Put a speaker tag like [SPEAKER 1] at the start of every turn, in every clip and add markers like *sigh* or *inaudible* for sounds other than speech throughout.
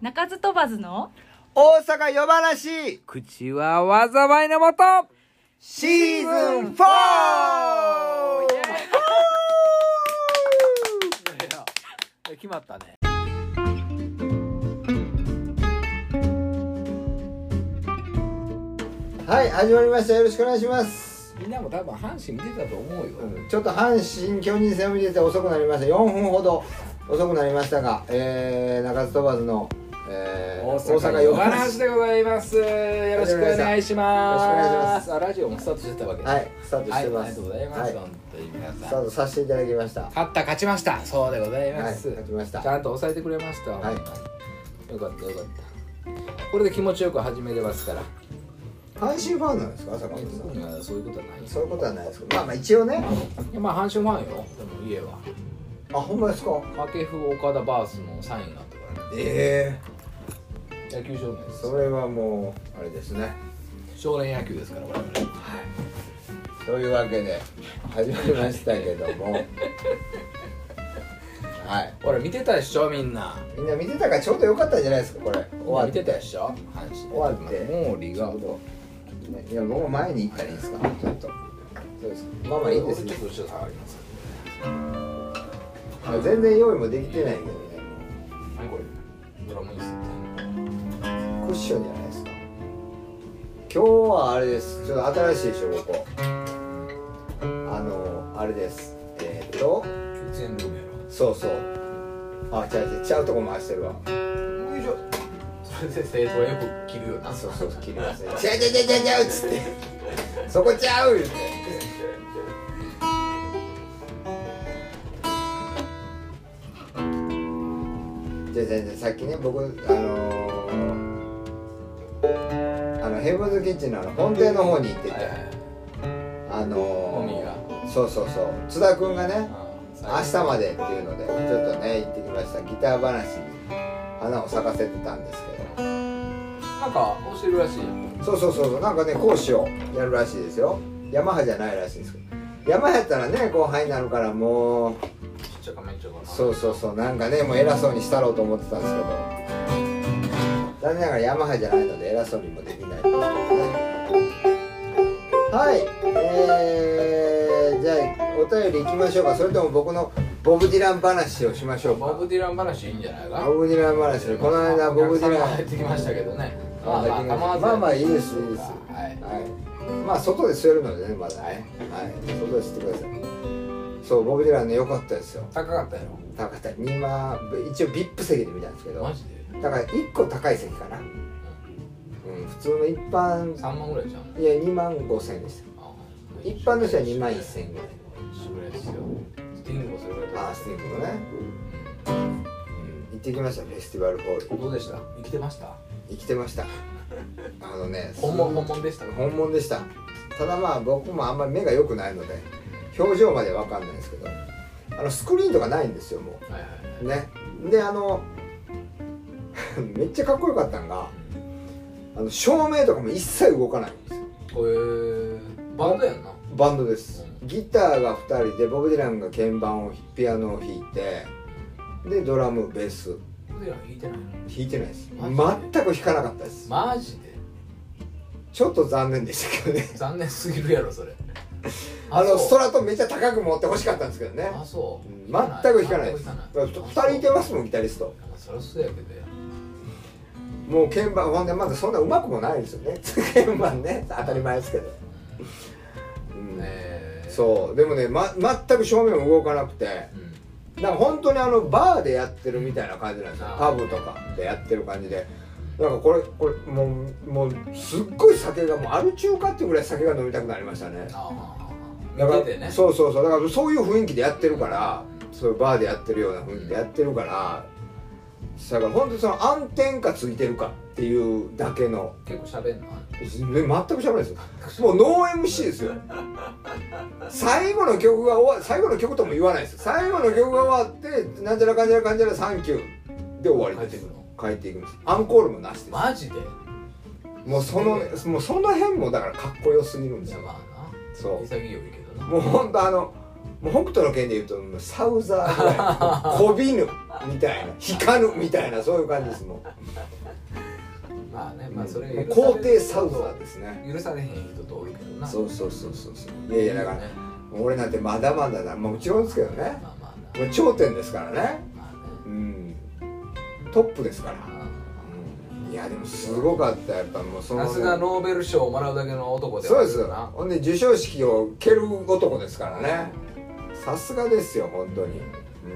[SPEAKER 1] 鳴かず飛ばずの
[SPEAKER 2] 大阪夜話
[SPEAKER 3] 口は災いのもと
[SPEAKER 2] シーズン 4!
[SPEAKER 3] 決まったね。
[SPEAKER 2] はい、始まりました。よろしくお願いします。
[SPEAKER 3] みんなも多分阪神見てたと思うよ。
[SPEAKER 2] うんちょっと阪神・巨人戦を見てて遅くなりました。4分ほど遅くなりましたが、えー、中津飛ばずの、えー、
[SPEAKER 3] 大阪夜話で
[SPEAKER 2] よ
[SPEAKER 3] ございます。よろしくお願いします。
[SPEAKER 2] よろしくお願いします
[SPEAKER 3] あラジオもスタートしてたわけ
[SPEAKER 2] ろしく
[SPEAKER 3] で
[SPEAKER 2] はい、スタートしてます。
[SPEAKER 3] ありがとうございます。
[SPEAKER 2] は
[SPEAKER 3] 本当に皆さん。
[SPEAKER 2] スター
[SPEAKER 3] 勝
[SPEAKER 2] トさせていただきました。は
[SPEAKER 3] った勝ちました。そうでござい
[SPEAKER 2] い、
[SPEAKER 3] ます。
[SPEAKER 2] 勝ちました。
[SPEAKER 3] ちゃんと抑えてくれました。
[SPEAKER 2] はい
[SPEAKER 3] よかったよかった。これで気持ちよく始めれますから。
[SPEAKER 2] 阪神ファンなんですか、坂本さん。
[SPEAKER 3] うんそういうことはないよ。
[SPEAKER 2] そういうことはないですけど、まあまあ一応ね。
[SPEAKER 3] まあ阪神ファンよ。でも家は。
[SPEAKER 2] あ、ほんまですか。
[SPEAKER 3] 掛布岡田バースのサインがあったからね。
[SPEAKER 2] え
[SPEAKER 3] 野球少年で
[SPEAKER 2] え
[SPEAKER 3] す
[SPEAKER 2] そ。れはもうあれですね。
[SPEAKER 3] 少年野球ですから我々。
[SPEAKER 2] というわけで始まりましたけどもはい
[SPEAKER 3] ほら見てたでしょみんな。
[SPEAKER 2] みんな見てたからちょうどよかったんじゃないですかこれ終わ
[SPEAKER 3] 見
[SPEAKER 2] ってて
[SPEAKER 3] たでしょ阪神。
[SPEAKER 2] 終わって
[SPEAKER 3] もうリ
[SPEAKER 2] ち
[SPEAKER 3] が
[SPEAKER 2] ょう。どねいや僕も前に行ったらいいですかちょっとそうですかまあまあいいですね
[SPEAKER 3] ちょっと後ろ下がります。
[SPEAKER 2] あ全然用意もできてないけどね
[SPEAKER 3] はいこれ。ドラム椅子って。
[SPEAKER 2] クッションじゃないですか今日はあれですちょっと新しいでしょここあのあれですえーっと
[SPEAKER 3] 血縁組やろ。
[SPEAKER 2] そうそうあ違う違うちゃうとこ回してるわ
[SPEAKER 3] よいしょそれで生徒はよく切るよな
[SPEAKER 2] そうそう切りますね「ちゃうちゃうちゃうちゃうちゃう」っつって「そこちゃう」言ってじゃあじゃあじゃあさっきね僕あのー、あのヘブンズキッチンのあの本店の方に行ってて、
[SPEAKER 3] はいはい
[SPEAKER 2] あの
[SPEAKER 3] ミ
[SPEAKER 2] ー、そうそうそう津田君がね明日までっていうのでちょっとね行ってきましたギター話に花を咲かせてたんですけど
[SPEAKER 3] なんか教えるらしい
[SPEAKER 2] そうそうそうそうなんかね講師をやるらしいですよヤマハじゃないらしいですけどヤマハやったらね後輩になるからもう
[SPEAKER 3] ちっちゃかめっちゃかな
[SPEAKER 2] そうそうそうなんかねもう偉そうにしたろうと思ってたんですけど残念ながらヤマハじゃないので偉そうにもできないんですけどねはいえー、じゃあお便りいきましょうかそれとも僕のボブ・ディラン話をしましょうか
[SPEAKER 3] ボブ・ディラン話いいんじゃないか
[SPEAKER 2] ボブ・ディラン話この間ボブ・ディ
[SPEAKER 3] お客
[SPEAKER 2] ラ
[SPEAKER 3] 様が入
[SPEAKER 2] ン
[SPEAKER 3] ってきましたけどね
[SPEAKER 2] まあまあまあまあいいですいいです
[SPEAKER 3] はい
[SPEAKER 2] はい、まあ外で吸えるのでねまだね、はい、外で吸ってくださいそうボブ・ディランね良かったですよ
[SPEAKER 3] 高かったやろ
[SPEAKER 2] 高田2万一応 VIP 席で見たんですけど
[SPEAKER 3] マ
[SPEAKER 2] だ
[SPEAKER 3] ジで
[SPEAKER 2] から1個高い席かな、うん、普通の一般
[SPEAKER 3] 3万ぐらいじゃん
[SPEAKER 2] いや2万5千円でした一般の人は2万1千円ぐらい
[SPEAKER 3] 一緒ぐらいですよスティングもそれぐらい
[SPEAKER 2] ああスティングのね、うん、行ってきましたフェスティバルホール
[SPEAKER 3] どうでした生きてました
[SPEAKER 2] 生きてましたあのね
[SPEAKER 3] 本物本物でした
[SPEAKER 2] 本物でしたただまあ僕もあんまり目が良くないので表情までわかんないですけどあのスクリーンとかないんですよも
[SPEAKER 3] はいはいう
[SPEAKER 2] ねであの *laughs* めっちゃかっこよかったんがあの照明とかも一切動かないんですよ
[SPEAKER 3] これバンドやんな
[SPEAKER 2] バンドですギターが2人でボブ・ディランが鍵盤をピアノを弾いてでドラムベース
[SPEAKER 3] ボブ・ディラン弾いてないの
[SPEAKER 2] 弾いてないです
[SPEAKER 3] マ
[SPEAKER 2] 全
[SPEAKER 3] ジ
[SPEAKER 2] く弾かなかったです
[SPEAKER 3] マジで
[SPEAKER 2] ちょっと残念でしたけどね
[SPEAKER 3] 残念すぎるやろそれ
[SPEAKER 2] *laughs* あのスト
[SPEAKER 3] ラ
[SPEAKER 2] ラトンめっちゃ高く持ってほしかったんですけどね
[SPEAKER 3] あそう
[SPEAKER 2] 全く弾かないです
[SPEAKER 3] 全
[SPEAKER 2] 2
[SPEAKER 3] く弾かな
[SPEAKER 2] 人いてますもんギタリスト
[SPEAKER 3] そりゃそうやけどや
[SPEAKER 2] もう鍵盤ほんでまだそんなうまくもないですよね *laughs* 鍵盤ね当たり前ですけど、うん
[SPEAKER 3] えー
[SPEAKER 2] そうでもね、ま、全く正面も動かなくて
[SPEAKER 3] うん
[SPEAKER 2] なんか本当にあのバーでやってるみたいな感じなんですよパブとかでやってる感じでなんかこれこれもうもうすっごい酒がもうアル中かっていうぐらい酒が飲みたくなりましたね
[SPEAKER 3] あ
[SPEAKER 2] だから
[SPEAKER 3] あ見ててね
[SPEAKER 2] そうそうそうだからそういう雰囲気でやってるからそういうバーでやってるような雰囲気でやってるから、だから本当にその暗転かついてるかっていうだけの
[SPEAKER 3] 結構喋んの
[SPEAKER 2] え全く喋らないですよもうノー MC ですよ最後の曲が終わ最後の曲とも言わないですよ最後の曲が終わってなんちゃらかんちゃらかんちゃらサンキューで終わりです
[SPEAKER 3] 帰ってくの
[SPEAKER 2] 帰っていきますアンコールもなしです
[SPEAKER 3] マジで
[SPEAKER 2] もうそのもうその辺もだからかっこよすぎるんで
[SPEAKER 3] い
[SPEAKER 2] す
[SPEAKER 3] や
[SPEAKER 2] よ
[SPEAKER 3] まあ
[SPEAKER 2] そ
[SPEAKER 3] な潔いよいいけど
[SPEAKER 2] う
[SPEAKER 3] な
[SPEAKER 2] もうほんとあのもう北斗の拳でいうともうサウザーぐら
[SPEAKER 3] *laughs*
[SPEAKER 2] いこびぬみたいな引かぬみたいなそういう感じですもん
[SPEAKER 3] まあねまあそれ
[SPEAKER 2] もう
[SPEAKER 3] 許され
[SPEAKER 2] 皇帝サウザーですね
[SPEAKER 3] 許されへん人と多いけどな
[SPEAKER 2] そうそうそうそうそういやいやだから
[SPEAKER 3] ね
[SPEAKER 2] 俺なんてまだまだだまあもちろんですけどね
[SPEAKER 3] まあまあ
[SPEAKER 2] も
[SPEAKER 3] な
[SPEAKER 2] う頂点ですからね
[SPEAKER 3] まあね
[SPEAKER 2] うんトップですから、
[SPEAKER 3] ま
[SPEAKER 2] うんいやでもすごかったやっぱもうその
[SPEAKER 3] あさすがノーベル賞をもらうだけの男で
[SPEAKER 2] そ
[SPEAKER 3] はあ
[SPEAKER 2] う
[SPEAKER 3] る
[SPEAKER 2] です
[SPEAKER 3] よ
[SPEAKER 2] よ
[SPEAKER 3] な
[SPEAKER 2] ほんで授賞式を蹴る男ですからねさすがですよ本当に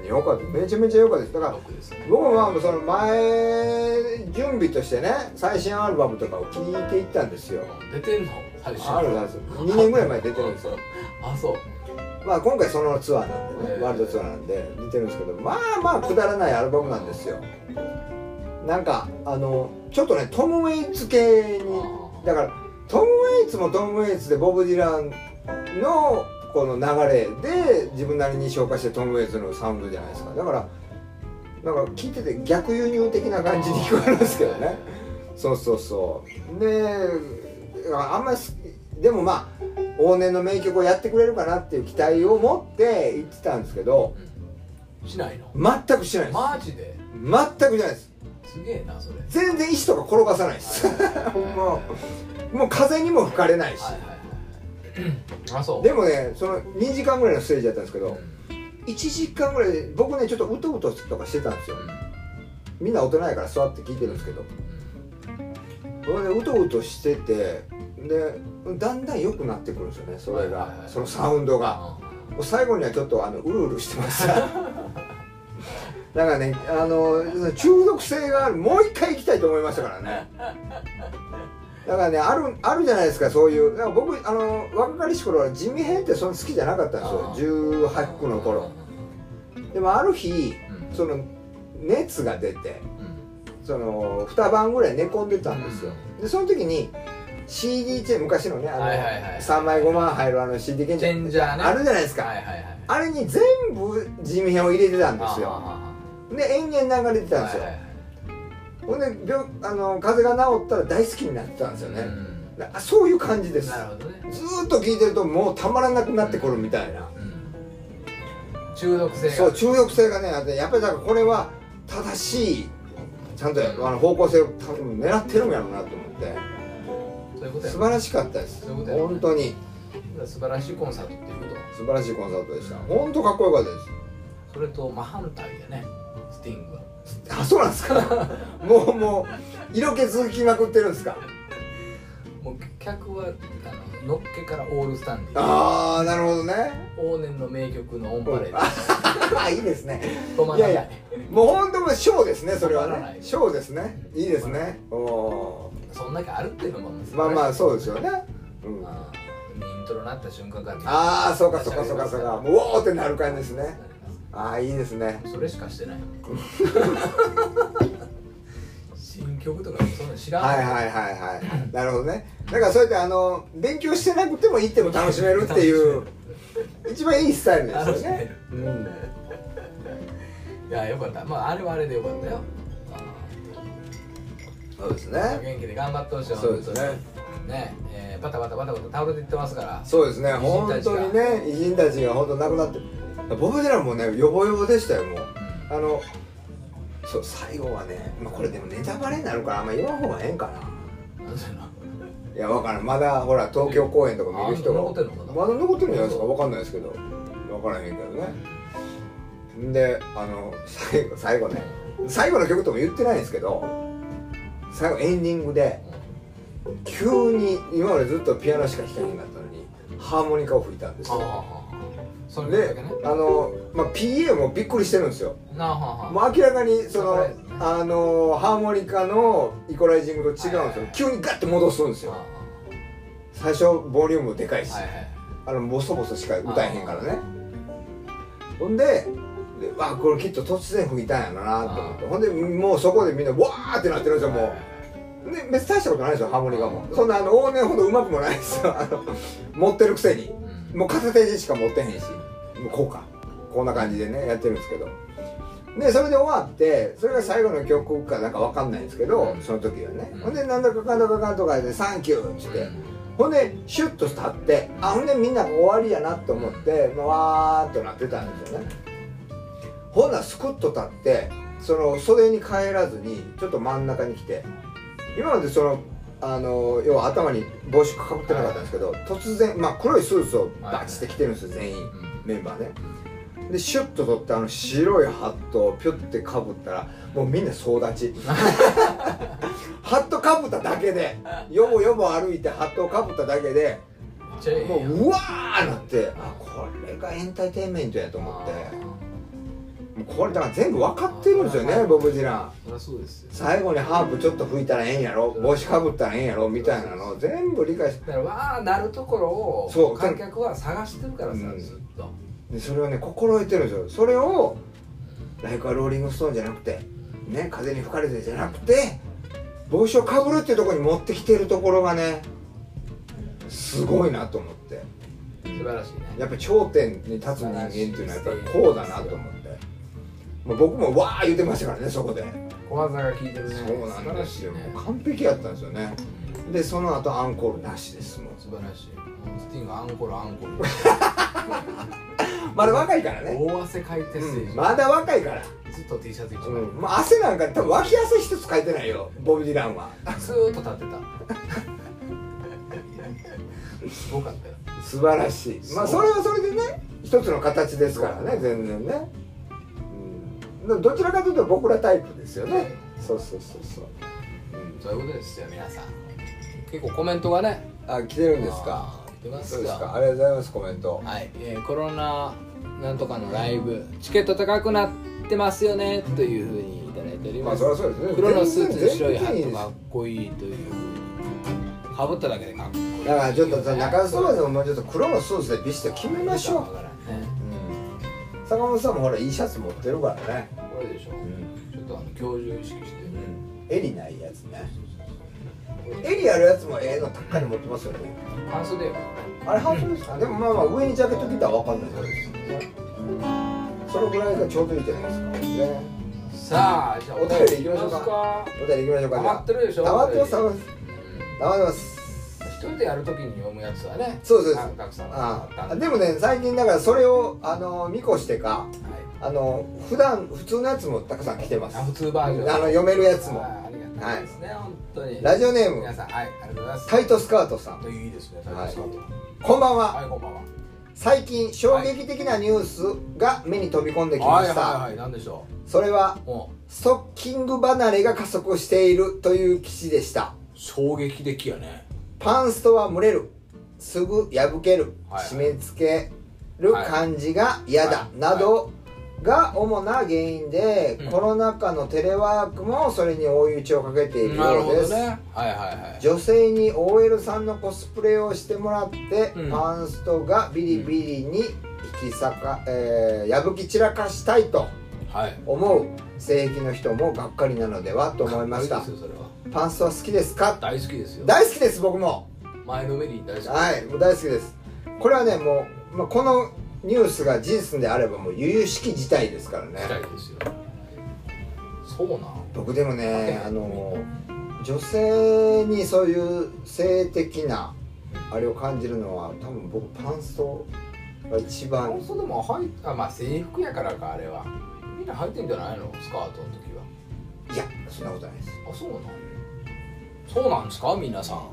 [SPEAKER 2] うんよかっためちゃめちゃよかったですだから
[SPEAKER 3] 僕ですね
[SPEAKER 2] 僕もまあその前準備としてね最新アルバムとかを聞いていったんですよ
[SPEAKER 3] 出てんの最初
[SPEAKER 2] あるなんですよ2年ぐらい前に出てるんですよ
[SPEAKER 3] あそう
[SPEAKER 2] まあ今回そのツアーなんで
[SPEAKER 3] え
[SPEAKER 2] ね
[SPEAKER 3] え
[SPEAKER 2] ワールドツアーなんで出てるんですけどまあまあくだらないアルバムなんですよなんかあのちょっとねトム・ウェイツ系にだからトム・ウェイツもトム・ウェイツでボブ・ディランのこの流れで自分なりに消化してトム・ウェイツのサウンドじゃないですかだからなんか聞いてて逆輸入的な感じに聞こえるんですけどねそうそうそうであんまり好きでもまあ往年の名曲をやってくれるかなっていう期待を持って行ってたんですけど
[SPEAKER 3] うんしないの
[SPEAKER 2] 全くしないです
[SPEAKER 3] マジで
[SPEAKER 2] 全くしないです
[SPEAKER 3] すげえなそれ
[SPEAKER 2] 全然石とか転がさないです *laughs* もうもう風にも吹かれないし
[SPEAKER 3] はいはいはいうんあそう
[SPEAKER 2] でもねその2時間ぐらいのステージだったんですけ
[SPEAKER 3] うん
[SPEAKER 2] ど1時間ぐらいで僕ねちょっとうとうととかしてたんですよ
[SPEAKER 3] う
[SPEAKER 2] みんな大人やから座って聞いてるんですけどそれでうとうとしててでだんだん良くなってくるんですよねそれ
[SPEAKER 3] はいはいは
[SPEAKER 2] が
[SPEAKER 3] い
[SPEAKER 2] そのサウンドが
[SPEAKER 3] あ
[SPEAKER 2] もう最後にはちょっとあのうるうるしてました *laughs* だからねあの中毒性があるもう一回行きたいと思いましたからねだからねあるあるじゃないですかそういうだから僕あの若かりし頃は地味編ってそんな好きじゃなかったんですよ18の頃でもある日
[SPEAKER 3] うん
[SPEAKER 2] その熱が出て
[SPEAKER 3] うん
[SPEAKER 2] その2晩ぐらい寝込んでたんですよ、でその時に CD チェーン昔のねあの、
[SPEAKER 3] はいはいはい
[SPEAKER 2] 3枚5万入るあの CD チェ
[SPEAKER 3] チ
[SPEAKER 2] ーン
[SPEAKER 3] ェンジャーね
[SPEAKER 2] あるじゃないですか、
[SPEAKER 3] はいはいはい
[SPEAKER 2] あれに全部地味編を入れてたんです
[SPEAKER 3] あ
[SPEAKER 2] よ
[SPEAKER 3] あ
[SPEAKER 2] で延々流れてたんですよ、
[SPEAKER 3] はいはい
[SPEAKER 2] ほんで病あの風邪が治ったら大好きになってたんですよ
[SPEAKER 3] はい
[SPEAKER 2] ね、あそういう感じ
[SPEAKER 3] う
[SPEAKER 2] で
[SPEAKER 3] ん
[SPEAKER 2] す
[SPEAKER 3] なるほどね
[SPEAKER 2] ずーっと聴いてるともうたまらなくなってくるみたいな、
[SPEAKER 3] うん中毒性が
[SPEAKER 2] そう中毒性がねあってやっぱりだからこれは正しいちゃんとあの方向性を多分狙ってるんやろうなと思って
[SPEAKER 3] そういうことや
[SPEAKER 2] 素晴らしかったです
[SPEAKER 3] そういうことやね
[SPEAKER 2] 本当に
[SPEAKER 3] 素晴らしいコンサートっていうこと
[SPEAKER 2] 素晴らしいコンサートでした本当かっこよかったで
[SPEAKER 3] それと真反対でねスティングは
[SPEAKER 2] すあそうなんですか *laughs* もうもう色気続きまくってるんですか
[SPEAKER 3] もう客はあののっけからオールスタンディング
[SPEAKER 2] ああなるほどね
[SPEAKER 3] 往年の名曲のオンパレード
[SPEAKER 2] *laughs* いいですね
[SPEAKER 3] 止まらない
[SPEAKER 2] いやいもう本当もうショーですねそれは
[SPEAKER 3] 止まらな
[SPEAKER 2] ね
[SPEAKER 3] い
[SPEAKER 2] ショーですねいいですねおー
[SPEAKER 3] そんだけあるっていうのも
[SPEAKER 2] まあまあ
[SPEAKER 3] 素
[SPEAKER 2] そうですよね、うん
[SPEAKER 3] 晴
[SPEAKER 2] あ
[SPEAKER 3] らしいうんイントロになった瞬間から
[SPEAKER 2] あそうかそうかそうかそうかもううおーってなる感じですねああいいですね
[SPEAKER 3] それしかして
[SPEAKER 2] *laughs*
[SPEAKER 3] ない新曲とかそんなの知らん
[SPEAKER 2] はいはいはいはいなるほどねだからそうやってあの勉強してなくてもいいっても楽しめるっていう一番いいスタイルですよ
[SPEAKER 3] 楽しめ
[SPEAKER 2] ね
[SPEAKER 3] る、
[SPEAKER 2] うん、
[SPEAKER 3] いやよかったまああれはあれでよかったよ
[SPEAKER 2] そうです
[SPEAKER 3] あの
[SPEAKER 2] ね
[SPEAKER 3] 元気で頑張ってほしい
[SPEAKER 2] そうですね
[SPEAKER 3] ねえーバタバタバタバタ倒れていってますから
[SPEAKER 2] そうですね
[SPEAKER 3] 偉人た
[SPEAKER 2] 本
[SPEAKER 3] ちが
[SPEAKER 2] 当にね偉人たちが本当亡くなってボブ・ディランもねヨボヨボでしたよもうあのそう最後はね、まあ、これでもネタバレになるからあんま言わん方がええんかな
[SPEAKER 3] うんなんそういうの
[SPEAKER 2] いやわからんまだほら東京公演とか見る人が
[SPEAKER 3] あ残ってんのかな
[SPEAKER 2] まだ残ってるんじゃないですかわかんないですけどわからへんけどねんであの最後最後ね最後の曲とも言ってないんですけど最後エンディングで急に今までずっとピアノしか弾けなかったのにハーモニカを吹いたんです
[SPEAKER 3] あああ
[SPEAKER 2] よ
[SPEAKER 3] あそれだ
[SPEAKER 2] で
[SPEAKER 3] けね
[SPEAKER 2] あの、まあ、PA もびっくりしてるんですよ
[SPEAKER 3] なあはあは
[SPEAKER 2] もう明らかにそ
[SPEAKER 3] サ
[SPEAKER 2] の
[SPEAKER 3] プライズね
[SPEAKER 2] あのハーモニカのイコライジングと違うんですよ急にガッて戻すんです
[SPEAKER 3] あ
[SPEAKER 2] よ
[SPEAKER 3] は
[SPEAKER 2] 最初ボリュームでかいし
[SPEAKER 3] あはいはい
[SPEAKER 2] あのボソボソしか歌えへんからねほんででわあこれきっと突然吹いたんやろなと思ってほんでもうそこでみんなわーってなってるんですよもうで別に大したことないですよハーモニカもそんなあの往年ほどうまくもないですよあの持ってるくせに
[SPEAKER 3] うん
[SPEAKER 2] もう片手でしか持ってへんしもうこうかこんな感じでねやってるんですけどでそれで終わってそれが最後の曲かなんかわかんないんですけどその時はねほんでなんだかかんだかかんとかで「サンキュー」っつって
[SPEAKER 3] う
[SPEAKER 2] ほんでシュッと立ってあほんでみんな終わりやなと思って、まあわーっとなってたんですよねほんならスクッと立ってその袖に帰らずにちょっと真ん中に来て今までそのあの要は頭に帽子かぶってなかったんですけど、突然、まあ、黒いスーツをバチって着てるんですよ全員、メンバーねでシュッと取ってあの白いハットをピュッてかぶったらもうみんな総立ち *laughs* ハットかぶっただけでよぼよぼ歩いてハットをかぶっただけで
[SPEAKER 3] ちょい
[SPEAKER 2] もううわーなってあこれがエンターテインメントやと思ってもうこれだから全部分かってるんですよねボブ・ジラン
[SPEAKER 3] そりゃそうですよ
[SPEAKER 2] 最後にハープちょっと吹いたらええんやろ帽子かぶったらええんやろみたいなのを全部理解して
[SPEAKER 3] だからわあなるところを
[SPEAKER 2] そう
[SPEAKER 3] 観客は探してるからさ、
[SPEAKER 2] うん
[SPEAKER 3] ずっと
[SPEAKER 2] でそれをね心得てるんですよそれをライクはローリングストーンじゃなくてね風に吹かれてじゃなくて帽子をかぶるっていうところに持ってきてるところがねすごいなと思って
[SPEAKER 3] 素晴らしいね
[SPEAKER 2] やっぱ頂点に立つ人間っていうのはやっぱりこうだなと思ってもう僕もわー言ってましたからねそこで
[SPEAKER 3] 小技が効いてるね
[SPEAKER 2] そうなんですよ
[SPEAKER 3] 素晴らしいね
[SPEAKER 2] もう完璧やったんですよねでその後アンコールなしですもん
[SPEAKER 3] 素晴らしいもうスティングアンコールアンコール
[SPEAKER 2] まだ若いからね、
[SPEAKER 3] 大汗かいてステー
[SPEAKER 2] うん
[SPEAKER 3] ジ、
[SPEAKER 2] まだ若いから
[SPEAKER 3] ずっと T シャツ一枚、
[SPEAKER 2] うん、まあ、汗なんか多分脇汗一つかいてないよボブ・ディランは
[SPEAKER 3] ずーっと立ってたすごかったよ
[SPEAKER 2] 素晴らしいまあそれはそれでね一つの形ですからね全然ね、うん、どちらかというと僕らタイプですよねそうそうそうそう、うん、
[SPEAKER 3] そういうことですよ皆さん結構コメントがね
[SPEAKER 2] あ来てるんですか
[SPEAKER 3] あー来てます
[SPEAKER 2] そうですか
[SPEAKER 3] か
[SPEAKER 2] ありがとうございますコメント
[SPEAKER 3] はい、えーコロナなんとかのライブチケット高くなってますよねというふうにいただいており
[SPEAKER 2] ま
[SPEAKER 3] ま
[SPEAKER 2] あ
[SPEAKER 3] す、
[SPEAKER 2] そりゃそうですね
[SPEAKER 3] 黒のスーツに
[SPEAKER 2] 全
[SPEAKER 3] 白い
[SPEAKER 2] 然
[SPEAKER 3] ハ
[SPEAKER 2] 全然いいで
[SPEAKER 3] ット
[SPEAKER 2] す
[SPEAKER 3] かっこいいというかぶっただけでかっこいい
[SPEAKER 2] だからちょっとさ中洲ばでももうちょっと黒のスーツでビシッと決めましょう、
[SPEAKER 3] ね
[SPEAKER 2] うん、坂本さんもほらいいシャツ持ってるからね、
[SPEAKER 3] これでしょ、ちょっとあの教授を意識して
[SPEAKER 2] 襟ないやつね襟あるやつもええの高いの持ってますよね
[SPEAKER 3] 半袖よ
[SPEAKER 2] あれ半袖ですか、でもまあまあ上にジャケット着たら分かんないですそのぐらいがちょうどいいじゃないですかね
[SPEAKER 3] さあじゃあ
[SPEAKER 2] お便り行きましょうか
[SPEAKER 3] 行きます
[SPEAKER 2] お便り行きましょうか
[SPEAKER 3] 溜まってるでしょ
[SPEAKER 2] 溜まってます溜
[SPEAKER 3] お便
[SPEAKER 2] ま
[SPEAKER 3] り
[SPEAKER 2] ってます溜まってます
[SPEAKER 3] 一人でやるときに読むやつはね
[SPEAKER 2] そうです
[SPEAKER 3] たくさん
[SPEAKER 2] あ
[SPEAKER 3] あった
[SPEAKER 2] あ
[SPEAKER 3] ん
[SPEAKER 2] でもね最近だからそれをあの見越してか
[SPEAKER 3] はい
[SPEAKER 2] あの普段普通のやつもたくさん来てます
[SPEAKER 3] あ普
[SPEAKER 2] あ
[SPEAKER 3] 通バージョン
[SPEAKER 2] の読めるやつも
[SPEAKER 3] あーありがたいですね、本当に
[SPEAKER 2] ラジオネーム
[SPEAKER 3] 皆さんはいありがとうございます
[SPEAKER 2] タイトスカートさん
[SPEAKER 3] いいですね
[SPEAKER 2] はい
[SPEAKER 3] タイトルさん
[SPEAKER 2] こんばんは、
[SPEAKER 3] はいこんばんは
[SPEAKER 2] 最近衝撃的なニュースが目に飛び込んできま
[SPEAKER 3] はい
[SPEAKER 2] した、
[SPEAKER 3] はいはい何でしょ
[SPEAKER 2] それは
[SPEAKER 3] うも
[SPEAKER 2] ストッキング離れが加速しているという記事でした
[SPEAKER 3] う衝撃的やね
[SPEAKER 2] パンストは蒸れるすぐ破ける、
[SPEAKER 3] はい
[SPEAKER 2] 締め付ける感じが嫌だ、
[SPEAKER 3] はい
[SPEAKER 2] などが主な原因で、
[SPEAKER 3] うん
[SPEAKER 2] コロナ禍のテレワークもそれに追い打ちをかけている
[SPEAKER 3] なる
[SPEAKER 2] よ
[SPEAKER 3] ほ
[SPEAKER 2] うで
[SPEAKER 3] ど
[SPEAKER 2] す、
[SPEAKER 3] ねはいはいはい
[SPEAKER 2] 女性に OL さんのコスプレをしてもらって、
[SPEAKER 3] うん
[SPEAKER 2] パンストがビリビリに引き裂か、えー破き散らかしたいと
[SPEAKER 3] はい
[SPEAKER 2] 思う性癖の人もがっかりなのではと思いました
[SPEAKER 3] かっこいいですよそれは
[SPEAKER 2] パンストは好きですか
[SPEAKER 3] 大好きですよ
[SPEAKER 2] 大好きです僕も
[SPEAKER 3] 前のめりに大好き
[SPEAKER 2] はいもう大好きですこれはねもう、まあ、このニュースが事実であればもう由々しき事態ですからね
[SPEAKER 3] したいですよそうなん
[SPEAKER 2] 僕でもねあの女性にそういう性的なあれを感じるのは多分僕パンストが一
[SPEAKER 3] あ
[SPEAKER 2] 番
[SPEAKER 3] そうでもはいあまあ制服やからかあれはみんな履いてんじゃないのスカートの時はい
[SPEAKER 2] やそんなことないです
[SPEAKER 3] あそうなんそうなんですか皆さん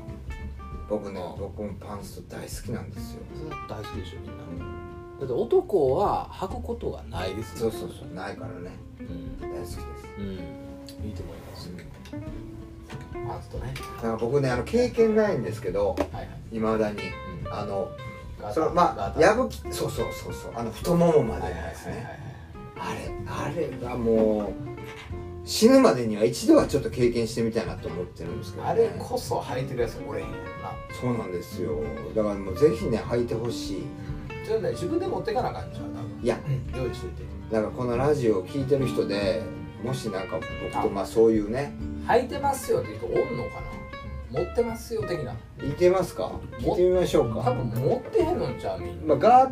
[SPEAKER 2] 僕ね僕もパンスト大好きなんですよ
[SPEAKER 3] 大好きでしょみんなだって男は履くことがないです
[SPEAKER 2] そ
[SPEAKER 3] よ
[SPEAKER 2] うそうそうないからね
[SPEAKER 3] うん
[SPEAKER 2] 大好きです
[SPEAKER 3] うんいいと思いますパンツとね
[SPEAKER 2] だから僕ねあの経験ないんですけど
[SPEAKER 3] はいはい
[SPEAKER 2] いまだに
[SPEAKER 3] うん
[SPEAKER 2] あの
[SPEAKER 3] ガーター
[SPEAKER 2] そのま
[SPEAKER 3] ガ
[SPEAKER 2] あ
[SPEAKER 3] ーター
[SPEAKER 2] 破きそうそうそうそうあの太ももまで
[SPEAKER 3] はい
[SPEAKER 2] の
[SPEAKER 3] はい
[SPEAKER 2] やつ
[SPEAKER 3] はいはい
[SPEAKER 2] ねあれあれがもう死ぬまでには一度はちょっと経験してみたいなと思ってるんですけど、ね、
[SPEAKER 3] あれこそ履いてるやつおれへんやんな
[SPEAKER 2] そうなんですよだからもうぜひね履いてほしい
[SPEAKER 3] それね自分で持ってかなあかんじゃん多分
[SPEAKER 2] いや
[SPEAKER 3] 用意しといて
[SPEAKER 2] だからこのラジオを聞いてる人でもしなんか僕とまあそういうね
[SPEAKER 3] 履いてますよっていう人おんのかな持ってますよ的ない
[SPEAKER 2] けますか聞いてみましょう
[SPEAKER 3] 多
[SPEAKER 2] か、
[SPEAKER 3] 分持ってへんのんちゃうみん
[SPEAKER 2] ま
[SPEAKER 3] な
[SPEAKER 2] あ、が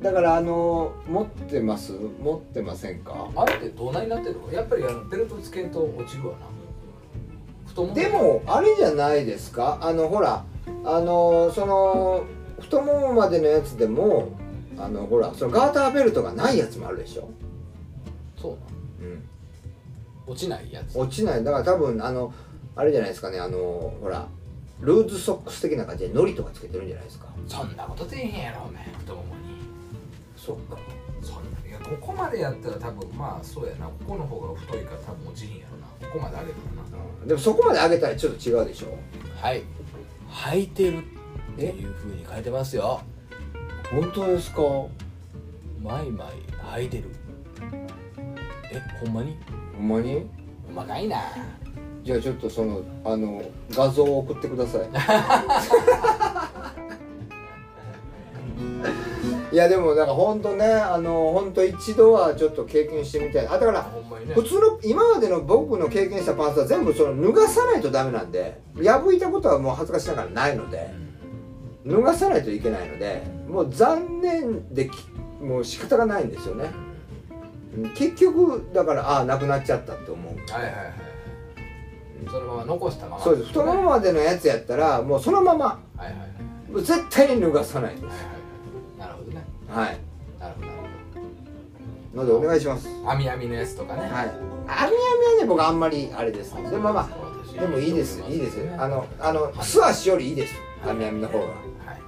[SPEAKER 2] だからあの持ってます持ってませんか
[SPEAKER 3] あれってどないなってるのやっぱりあのベルトつけんと落ちるわな太もも
[SPEAKER 2] でもあれじゃないですかあのほらあのその太ももまでのやつでもあのほらそのガーターベルトがないやつもあるでしょ、
[SPEAKER 3] そうなの
[SPEAKER 2] うん、
[SPEAKER 3] 落ちないやつ
[SPEAKER 2] 落ちないだから多分あのあれじゃないですかねあのほらルーズソックス的な感じでのりとかつけてるんじゃないですか
[SPEAKER 3] そんなことでえへんやろお前太ももに
[SPEAKER 2] そっか
[SPEAKER 1] そんないやここまでやったら多分まあそうやなここの方が太いから多分落ちひんやろなここまであればな
[SPEAKER 2] うんでもそこまで上げたらちょっと違うでしょ
[SPEAKER 3] はい履いてるっていうふうに書いてますよ
[SPEAKER 2] 本当ですかほ
[SPEAKER 3] マイマイ履いてるえほんまに
[SPEAKER 2] んまに
[SPEAKER 3] 細かいな
[SPEAKER 2] じゃあちょっとそのあの画像を送ってくださ *laughs* いいやでもなんか本当ねあの本当一度はちょっと経験してみたいあだから
[SPEAKER 1] ほんまにね
[SPEAKER 2] 普通の今までの僕の経験したパンツは全部その脱がさないとダメなんで破いたことはもう恥ずかしながらないので脱がさないといけないのでもう残念できもう仕方がないんですよね結局だからああなくなっちゃったって思う
[SPEAKER 1] はいはいはいそのまま残したまま
[SPEAKER 2] そうです太ももまでのやつやったらもうそのまま
[SPEAKER 1] はいはいはい
[SPEAKER 2] もう絶対に脱がさないで
[SPEAKER 1] はい
[SPEAKER 2] す
[SPEAKER 1] はいなるほどね
[SPEAKER 2] はい
[SPEAKER 1] なるほどなる
[SPEAKER 2] のでお願いします
[SPEAKER 1] ほど網網のやつとかね
[SPEAKER 2] はい網やみはね僕あんまりあれですねでもまあまあでもいいですいいですあのあの素足よりいいです網やみの方が
[SPEAKER 1] は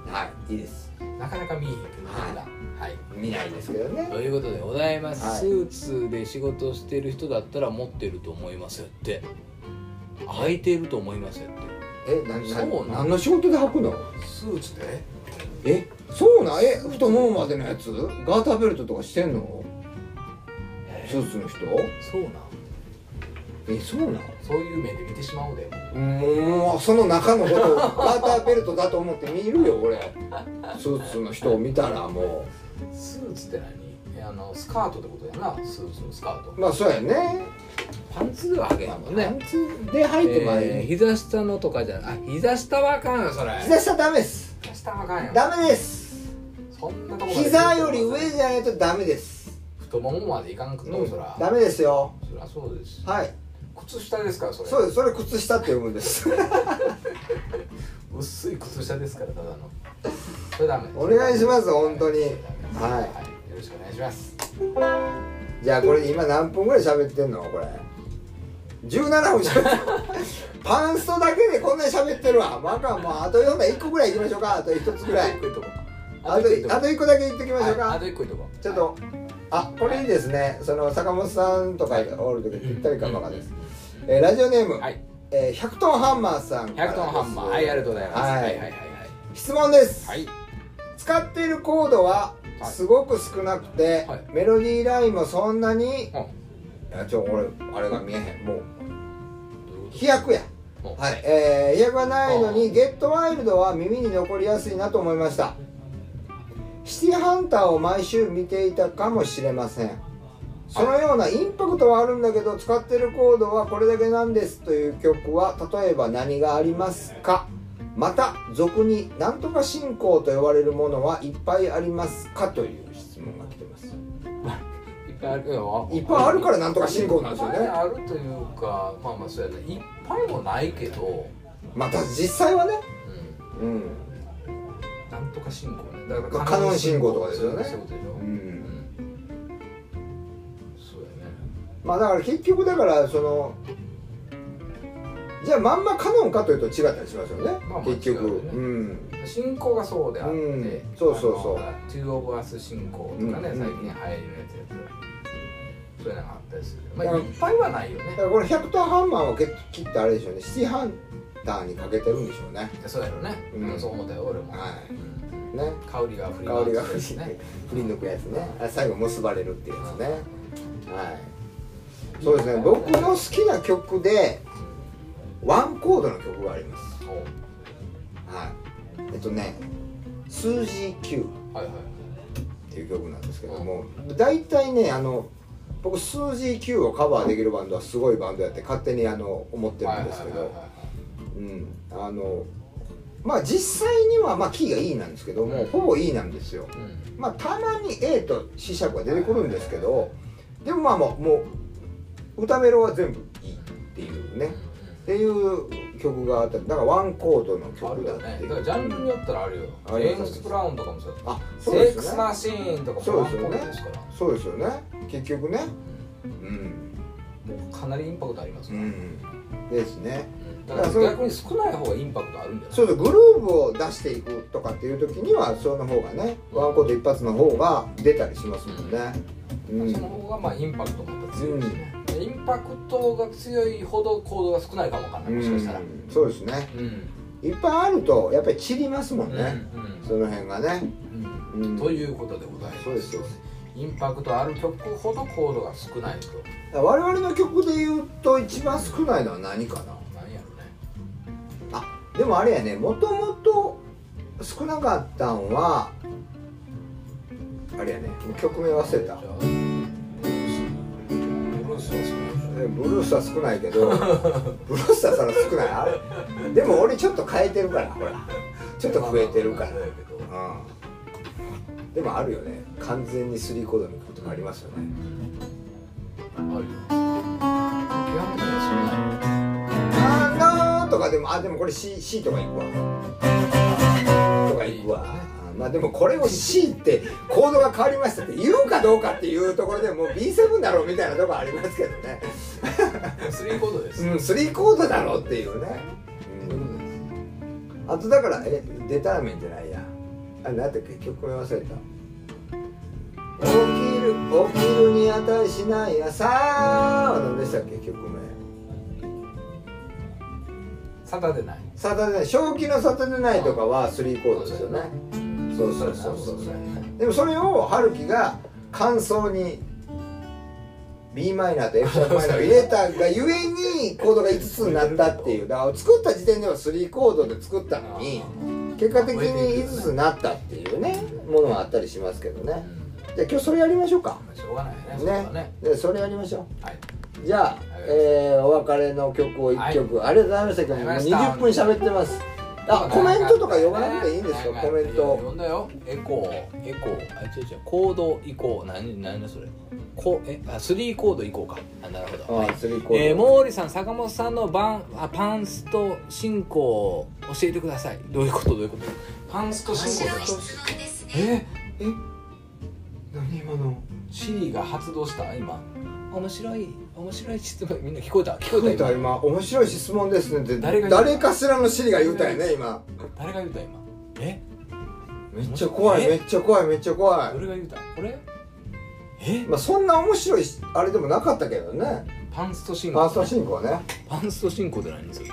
[SPEAKER 2] はいいいです
[SPEAKER 1] いなかなか見えへんけど
[SPEAKER 2] はい
[SPEAKER 1] はい
[SPEAKER 2] 見ないですけどね
[SPEAKER 3] ということでございます、
[SPEAKER 2] はい
[SPEAKER 3] スーツで仕事をしてる人だったら持ってると思いますよって履いてると思いますよっ
[SPEAKER 2] え
[SPEAKER 3] て
[SPEAKER 2] なな
[SPEAKER 3] そうなん
[SPEAKER 2] 何の仕事で履くの
[SPEAKER 1] スーツで
[SPEAKER 2] えそうなんえ太ももまでのやつガーターベルトとかしてんのスーツの人
[SPEAKER 3] そうなん
[SPEAKER 2] えそうな
[SPEAKER 1] そういう目で見てしまうでもうん
[SPEAKER 2] もうその中のことをガーターベルトだと思って見るよ俺スーツの人を見たらも
[SPEAKER 1] スーツって何えあのスカートってことやなスーツのスカート
[SPEAKER 2] うまあそうやね
[SPEAKER 3] パンツでは履けへんもんね
[SPEAKER 2] パンツで履いてまい
[SPEAKER 3] えー膝下のとかじゃあ膝下はあかんよそれ
[SPEAKER 2] 膝下ダメです
[SPEAKER 1] 下はあかんやん
[SPEAKER 2] ダメです
[SPEAKER 1] そんなとこまで
[SPEAKER 2] 膝より上じゃないとダメです、
[SPEAKER 1] 太ももまでいかんく
[SPEAKER 2] う
[SPEAKER 1] と、
[SPEAKER 2] ん
[SPEAKER 1] そら、
[SPEAKER 2] ダメですよ
[SPEAKER 1] そらそうです
[SPEAKER 2] はい
[SPEAKER 1] 靴下ですからそれ
[SPEAKER 2] そうですそれ靴下って呼ぶんです *laughs*
[SPEAKER 1] 薄い靴下ですからただのそれダメです
[SPEAKER 2] お願いします本当に
[SPEAKER 1] はいダメです、
[SPEAKER 2] は
[SPEAKER 1] はい、よろしくお願いします
[SPEAKER 2] じゃあこれ今何分ぐらい喋ってんのこれ17分喋ってる *laughs* パンストだけでこんなに喋ってるわまあまあまああと4枚1個ぐらいいきましょうかあと1つぐらい
[SPEAKER 1] 一個いっとこう
[SPEAKER 2] あとあと1個だけ言っておきましょうか、
[SPEAKER 1] はいあと一個いっとこう
[SPEAKER 2] ちょっと、あこれいいですねその坂本さんとかおる時ぴったりかばかです、えーラジオネーム、
[SPEAKER 1] はい
[SPEAKER 2] えー、100トンハンマーさんか
[SPEAKER 1] 100
[SPEAKER 2] らです
[SPEAKER 1] トンハンマーはいありがとうございます
[SPEAKER 2] はい
[SPEAKER 1] はいはい
[SPEAKER 2] 質問です、
[SPEAKER 1] はいはい
[SPEAKER 2] 使っているコードは
[SPEAKER 1] はい
[SPEAKER 2] すごく少なくて、
[SPEAKER 1] はい
[SPEAKER 2] メロディーラインもそんなに、
[SPEAKER 1] はい
[SPEAKER 2] いやちょ俺あれが見えへんも
[SPEAKER 1] どう
[SPEAKER 2] う
[SPEAKER 1] いうこ
[SPEAKER 2] 飛躍や
[SPEAKER 1] ともう
[SPEAKER 2] はい、えー、飛躍がないのにゲットワイルドは耳に残りやすいなと思いましたシティハンターを毎週見ていたかもしれませんそのようなインパクトはあるんだけど使ってるコードはこれだけなんですという曲は例えば何がありますかまた俗に何とか信仰と呼ばれるものはいっぱいありますかという質問が来てます
[SPEAKER 1] いっぱいあるよ
[SPEAKER 2] いっぱいあるから何とか信仰なんですよ
[SPEAKER 1] いっぱい
[SPEAKER 2] ね
[SPEAKER 1] あるというかまあまあそうやないっぱいもないけど
[SPEAKER 2] また実際はね
[SPEAKER 1] う
[SPEAKER 2] うん
[SPEAKER 1] んなんとか信仰ねだ
[SPEAKER 2] まあカノン信仰とかですよね
[SPEAKER 1] そういうことでしょ
[SPEAKER 2] う
[SPEAKER 1] うんんそうやね
[SPEAKER 2] まあだから結局だからそのじゃあまんまカノンかというと違ったりしますよね、
[SPEAKER 1] まあまあ
[SPEAKER 2] 結
[SPEAKER 1] 違
[SPEAKER 2] 局
[SPEAKER 1] うよね
[SPEAKER 2] うん
[SPEAKER 1] 信仰がそうであって、
[SPEAKER 2] うんそうそうそう
[SPEAKER 1] トゥーオブアス信仰とかね、
[SPEAKER 2] うん
[SPEAKER 1] 最近流行りのやつやつそういうのがあったりするまあ
[SPEAKER 2] うん
[SPEAKER 1] いっぱいはないよね
[SPEAKER 2] だからこれ100トンハンマーを切ってあれでしょうねシティハンターにかけてるんでしょうね
[SPEAKER 1] そうやろね、
[SPEAKER 2] うん
[SPEAKER 1] うんそう思ったよ俺も、
[SPEAKER 2] は
[SPEAKER 1] うん
[SPEAKER 2] いね
[SPEAKER 1] 香りが振り
[SPEAKER 2] 香りが
[SPEAKER 1] 回すやつね
[SPEAKER 2] 振り抜くやつねあ最後結ばれるっていうやつねはいそうですね僕の好きな曲でワンコードの曲があります
[SPEAKER 1] お
[SPEAKER 2] はいえっとね数字9
[SPEAKER 1] はいはいはい
[SPEAKER 2] っていう曲なんですけども大体ねあの僕数字9をカバーできるバンドはすごいバンドやって勝手にあの思ってるんですけ
[SPEAKER 1] はい
[SPEAKER 2] ど
[SPEAKER 1] はいはいはい
[SPEAKER 2] うんあのまあ実際にはまあキーが E なんですけども、
[SPEAKER 1] うん
[SPEAKER 2] ほぼ E なんですよ
[SPEAKER 1] うん
[SPEAKER 2] まあたまに A と C 尺が出てくるんですけどでもまあもうもう歌メロは全部 E っていうねっていう曲があったりだからワンコードの
[SPEAKER 1] あ
[SPEAKER 2] 曲
[SPEAKER 1] る
[SPEAKER 2] だ
[SPEAKER 1] よ
[SPEAKER 2] っ
[SPEAKER 1] ね
[SPEAKER 2] て
[SPEAKER 1] だからジャンルによったらあるよ
[SPEAKER 2] あ
[SPEAKER 1] ジ
[SPEAKER 2] り
[SPEAKER 1] ェ
[SPEAKER 2] ます
[SPEAKER 1] ームス・ブラウンとかもそう
[SPEAKER 2] あ
[SPEAKER 1] セ
[SPEAKER 2] そうで
[SPEAKER 1] ック
[SPEAKER 2] す
[SPEAKER 1] ス
[SPEAKER 2] よね
[SPEAKER 1] マシーンとか
[SPEAKER 2] そう
[SPEAKER 1] も
[SPEAKER 2] ですよね
[SPEAKER 1] ワンコードですから
[SPEAKER 2] そうですよね結局ねうん
[SPEAKER 1] うんかなりインパクトあります
[SPEAKER 2] う
[SPEAKER 1] から
[SPEAKER 2] んですね
[SPEAKER 1] うんだから逆に少ない方がインパクトあるんじゃない
[SPEAKER 2] そうそうグルーブを出していくとかっていう時にはその方がねワンコード一発の方が出たりしますもんねうん
[SPEAKER 1] その方がまあインパクトもまた強いしね、インパクトが強いほど行動が少ないかもわかんないもしかしたら
[SPEAKER 2] うんそうですね
[SPEAKER 1] うん、
[SPEAKER 2] いっぱいあるとやっぱり散りますも
[SPEAKER 1] うんん
[SPEAKER 2] ね、
[SPEAKER 1] うん
[SPEAKER 2] その辺がね、う
[SPEAKER 1] うん
[SPEAKER 2] ん、
[SPEAKER 1] ということでございます
[SPEAKER 2] そうですよ
[SPEAKER 1] インパクトある曲ほどコードが少ないと
[SPEAKER 2] 我々の曲で言うと一番少ないのは何かな
[SPEAKER 1] なんやろね
[SPEAKER 2] あでもあれやねもともと少なかったんはあれやね曲名忘れた
[SPEAKER 1] じゃあブルースブルースは少ない
[SPEAKER 2] えブルースは少ないけどブルースはそら少ないあれでも俺ちょっと変えてるからほらちょっと増えてるから
[SPEAKER 1] まあまあまあそうやけど
[SPEAKER 2] うんでもあるよね完全にスリーコードのことがありますよね
[SPEAKER 1] あるよやめてねそんなの
[SPEAKER 2] あのーとかでもあでもこれ C, C とかいくわとかいくわまあでもこれを C ってコードが変わりましたって言うかどうかっていうところでもう B7 だろうみたいなとこありますけどね
[SPEAKER 1] スリーコードです。
[SPEAKER 2] うん3コードだろうっていうね、うんあとだからえデタラメンじゃないやあれなんだっけ曲名忘れた起きる起きるに値しない朝は何でしたっけ曲名
[SPEAKER 1] サタでない。
[SPEAKER 2] サタデーナイト正気のサタデーナイトとかは3コードですよねそうそうそうそうでもそれを春樹が感想に b マイナーと f シャープマイナーを入れたがゆえにコードが5つになったっていうだから作った時点では3コードで作ったのに結果的に5つになったっていうねものはあったりしますけど
[SPEAKER 1] う
[SPEAKER 2] ね
[SPEAKER 1] ん
[SPEAKER 2] じゃあ今日それやりましょうか
[SPEAKER 1] まあしょうがないよね。それは
[SPEAKER 2] ね
[SPEAKER 1] ね。
[SPEAKER 2] でそれやりましょ
[SPEAKER 1] はい。
[SPEAKER 2] うじゃあ、えーお別れの曲を1曲、ありがとうございましたけどもう
[SPEAKER 1] ありがと
[SPEAKER 2] 20
[SPEAKER 1] う
[SPEAKER 2] 分
[SPEAKER 1] ございました
[SPEAKER 2] 喋ってますあコメントとか呼ばなくていいんですよ
[SPEAKER 1] は
[SPEAKER 2] コメン
[SPEAKER 1] い
[SPEAKER 2] ト
[SPEAKER 1] 呼んだよ。
[SPEAKER 3] エコーエコーあ違う違うコード移行何何だそれこえあスリーコード移行かあなるほ
[SPEAKER 2] あ
[SPEAKER 3] ど、はい
[SPEAKER 2] 3コ
[SPEAKER 3] えー、
[SPEAKER 2] ード
[SPEAKER 3] 毛利さん坂本さんのバンあパンスと進行を教えてくださいどういうことどういうこと
[SPEAKER 1] パンスト
[SPEAKER 4] 面
[SPEAKER 1] シンコー
[SPEAKER 4] 白い
[SPEAKER 1] ド。
[SPEAKER 4] 質問ですね。
[SPEAKER 1] え
[SPEAKER 2] え何今の
[SPEAKER 1] シリが発動した今。
[SPEAKER 3] 面白い面白い質問みんな聞こえた聞こ
[SPEAKER 2] 聞
[SPEAKER 3] え
[SPEAKER 2] い
[SPEAKER 3] た
[SPEAKER 2] た
[SPEAKER 3] 今
[SPEAKER 2] 今面白い質問ですねって
[SPEAKER 1] 誰が言
[SPEAKER 2] 誰
[SPEAKER 1] うの
[SPEAKER 2] かしらのシリが言うたよね今
[SPEAKER 1] 誰が言うた今。
[SPEAKER 3] え
[SPEAKER 2] めっちゃ怖い
[SPEAKER 3] え
[SPEAKER 2] めっちゃ怖いめっちゃ怖い
[SPEAKER 1] どれが言うた。これ。
[SPEAKER 2] まあそんな面白いしあれでもなかったけどね
[SPEAKER 1] パンストシン
[SPEAKER 2] ファースト進行ね
[SPEAKER 3] パンスと進行って何ですか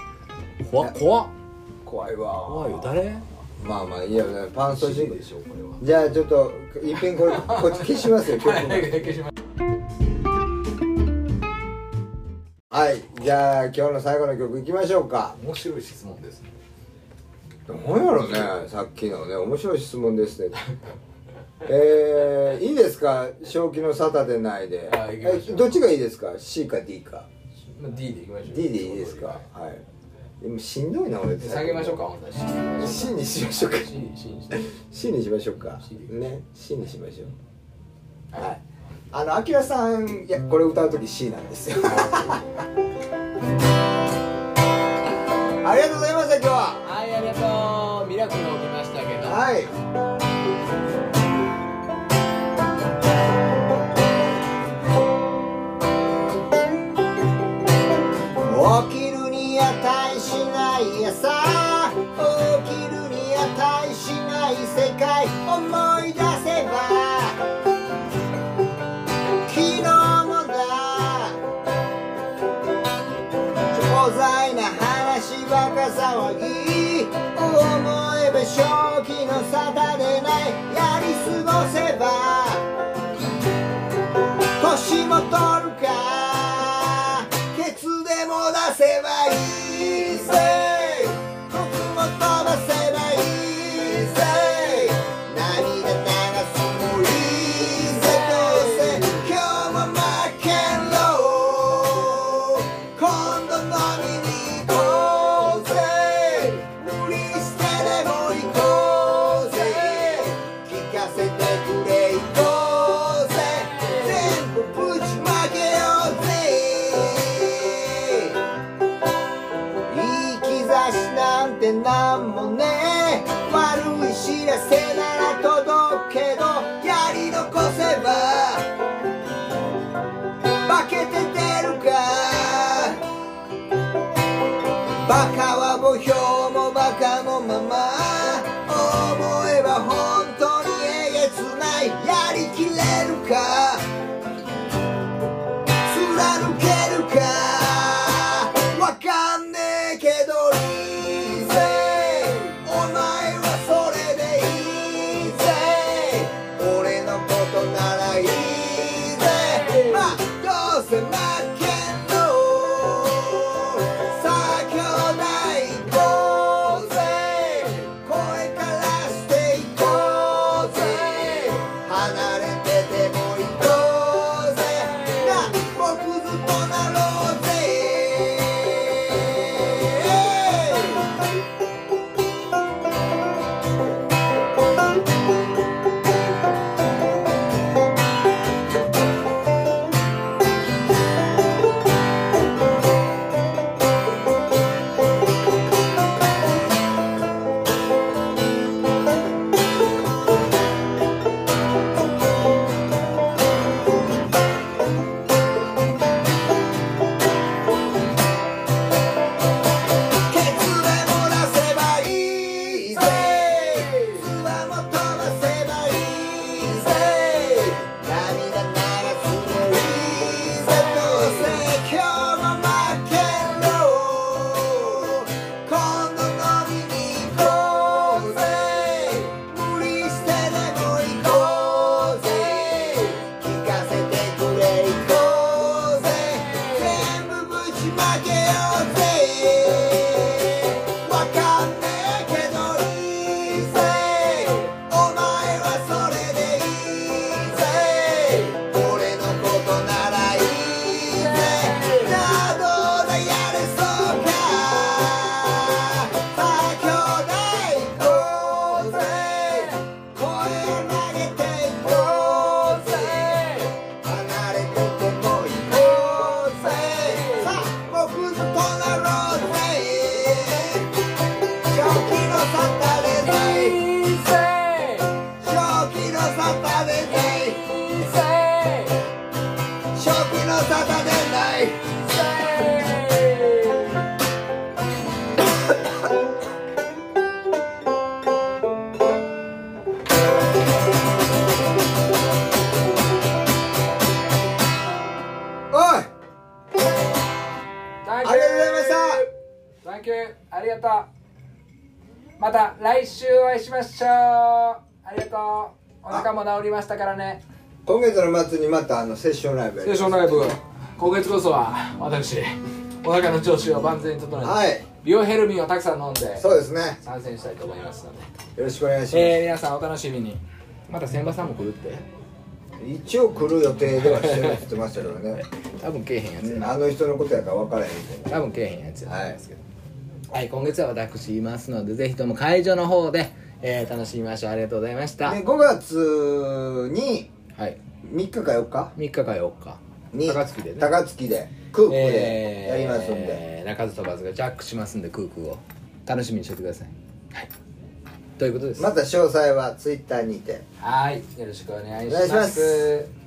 [SPEAKER 3] 怖っ怖っ
[SPEAKER 2] 怖いわ
[SPEAKER 3] 怖いよ誰
[SPEAKER 2] まあまあいいよねファースト進行
[SPEAKER 1] でしょこれは。
[SPEAKER 2] じゃあちょっと一遍これこっち消しますよ曲
[SPEAKER 1] はいはいはい消します
[SPEAKER 2] はいじゃあ今日の最後の曲いきましょうか
[SPEAKER 1] 面白い質問です。
[SPEAKER 2] どうやろねさっきのね面白い質問ですね *laughs* えー、いいですか正気のサタデーないで
[SPEAKER 1] あ行きましょう
[SPEAKER 2] えどっちがいいですか C か D か
[SPEAKER 1] まあ D でいきましょう。
[SPEAKER 2] D でいいですかはいでもしんどいな俺
[SPEAKER 1] 下げましょうかほんなら C に行きましょ
[SPEAKER 2] C にしましょ
[SPEAKER 1] *laughs*
[SPEAKER 2] うか
[SPEAKER 1] う C C にして
[SPEAKER 2] C
[SPEAKER 1] C
[SPEAKER 2] にしましょうかね C にしましょう
[SPEAKER 1] はい
[SPEAKER 2] はいあのアキラさんいやこれ歌う時 C なんで
[SPEAKER 1] *laughs*
[SPEAKER 2] すよありがとうございました今日は
[SPEAKER 3] はいありがとうミラクル起きましたけど
[SPEAKER 2] はい起きるに値しない朝起きるに値しない世界思い出せば昨日もだ調剤な話ばか騒ぎ思えば正気の沙汰でないやり過ごせば年も取るかケツでも出せばいいぜ僕も飛ばせばいいぜ涙流すもいいぜどうせ今日も負けろ今度飲みに行こうぜ無理してでも行こうぜ聞かせてくれ行こうぜ全部ぶちまけようぜいい季私なんてなんもねえ悪い知らせなら届くけどやり残せば化けて出るかバカは墓標もバカのまま思えば本当にえげつないやりきれるか貫けるかわかんねえけどいいぜお前はそれでいいぜ俺のことならいいぜまあどうせ負けんのさあ兄弟行こうぜ声からしていこうぜ離れてても行こうぜな僕ずっとなろうぜケツで漏らせばいいぜツバも飛ばせばいいぜ涙ならすもいいぜどうせ今日も負けろ今度飲みに行こうぜ無理してでも行こうぜ聞かせてくれ行こうぜ全部ぶちまけようぜわかんねえけどいいぜお前はそれでいいぜ俺のことならいいぜなどだやれそうかさあ兄弟行こうぜ声を投げて行こうぜ離れてても行こうぜさあ僕ずっとなろうぜ正気の沙汰でない正気の沙汰でない正気の沙汰でない
[SPEAKER 4] おいありがとうございま
[SPEAKER 3] あ
[SPEAKER 4] した
[SPEAKER 3] た Thank you ありがとうまた来週お会いしましょうありがとうお腹も治りましたからね
[SPEAKER 4] 今月の末にまたあのセッションライブや
[SPEAKER 3] ス
[SPEAKER 4] り
[SPEAKER 3] テー
[SPEAKER 4] ます
[SPEAKER 3] ションライブ今月こそは私お腹の調子を万全に整えて、
[SPEAKER 4] はい
[SPEAKER 3] ビオヘルミンをたくさん飲んで
[SPEAKER 4] そうですね
[SPEAKER 3] 参戦したいと思いますので、
[SPEAKER 4] よろしくお願いします、
[SPEAKER 3] えー、皆さんお楽しみにまた千葉さんも来るって
[SPEAKER 4] 一応来る予定ではしてるって言ってましたけどね
[SPEAKER 3] 多分けえへんやつ
[SPEAKER 4] う
[SPEAKER 3] や
[SPEAKER 4] ん
[SPEAKER 3] な
[SPEAKER 4] あの人のことやから分からへんけど
[SPEAKER 3] 多分けえへんやつやと思いますけどはい、今月は私いますのでぜひとも会場の方で、えー楽しみましょうありがとうございました、
[SPEAKER 4] で5月に
[SPEAKER 3] はい
[SPEAKER 4] 3日か4日
[SPEAKER 3] 3日か4日
[SPEAKER 4] に
[SPEAKER 3] 高槻でね
[SPEAKER 4] 高槻でクープでやりますんで、
[SPEAKER 3] えー、鳴かず飛ばずがジャックしますんで空空を楽しみにしててくださいはいということです
[SPEAKER 4] また詳細はツイッターにて
[SPEAKER 3] はいよろしくお願い
[SPEAKER 4] お
[SPEAKER 3] し
[SPEAKER 4] 願いし
[SPEAKER 3] ま
[SPEAKER 4] ますす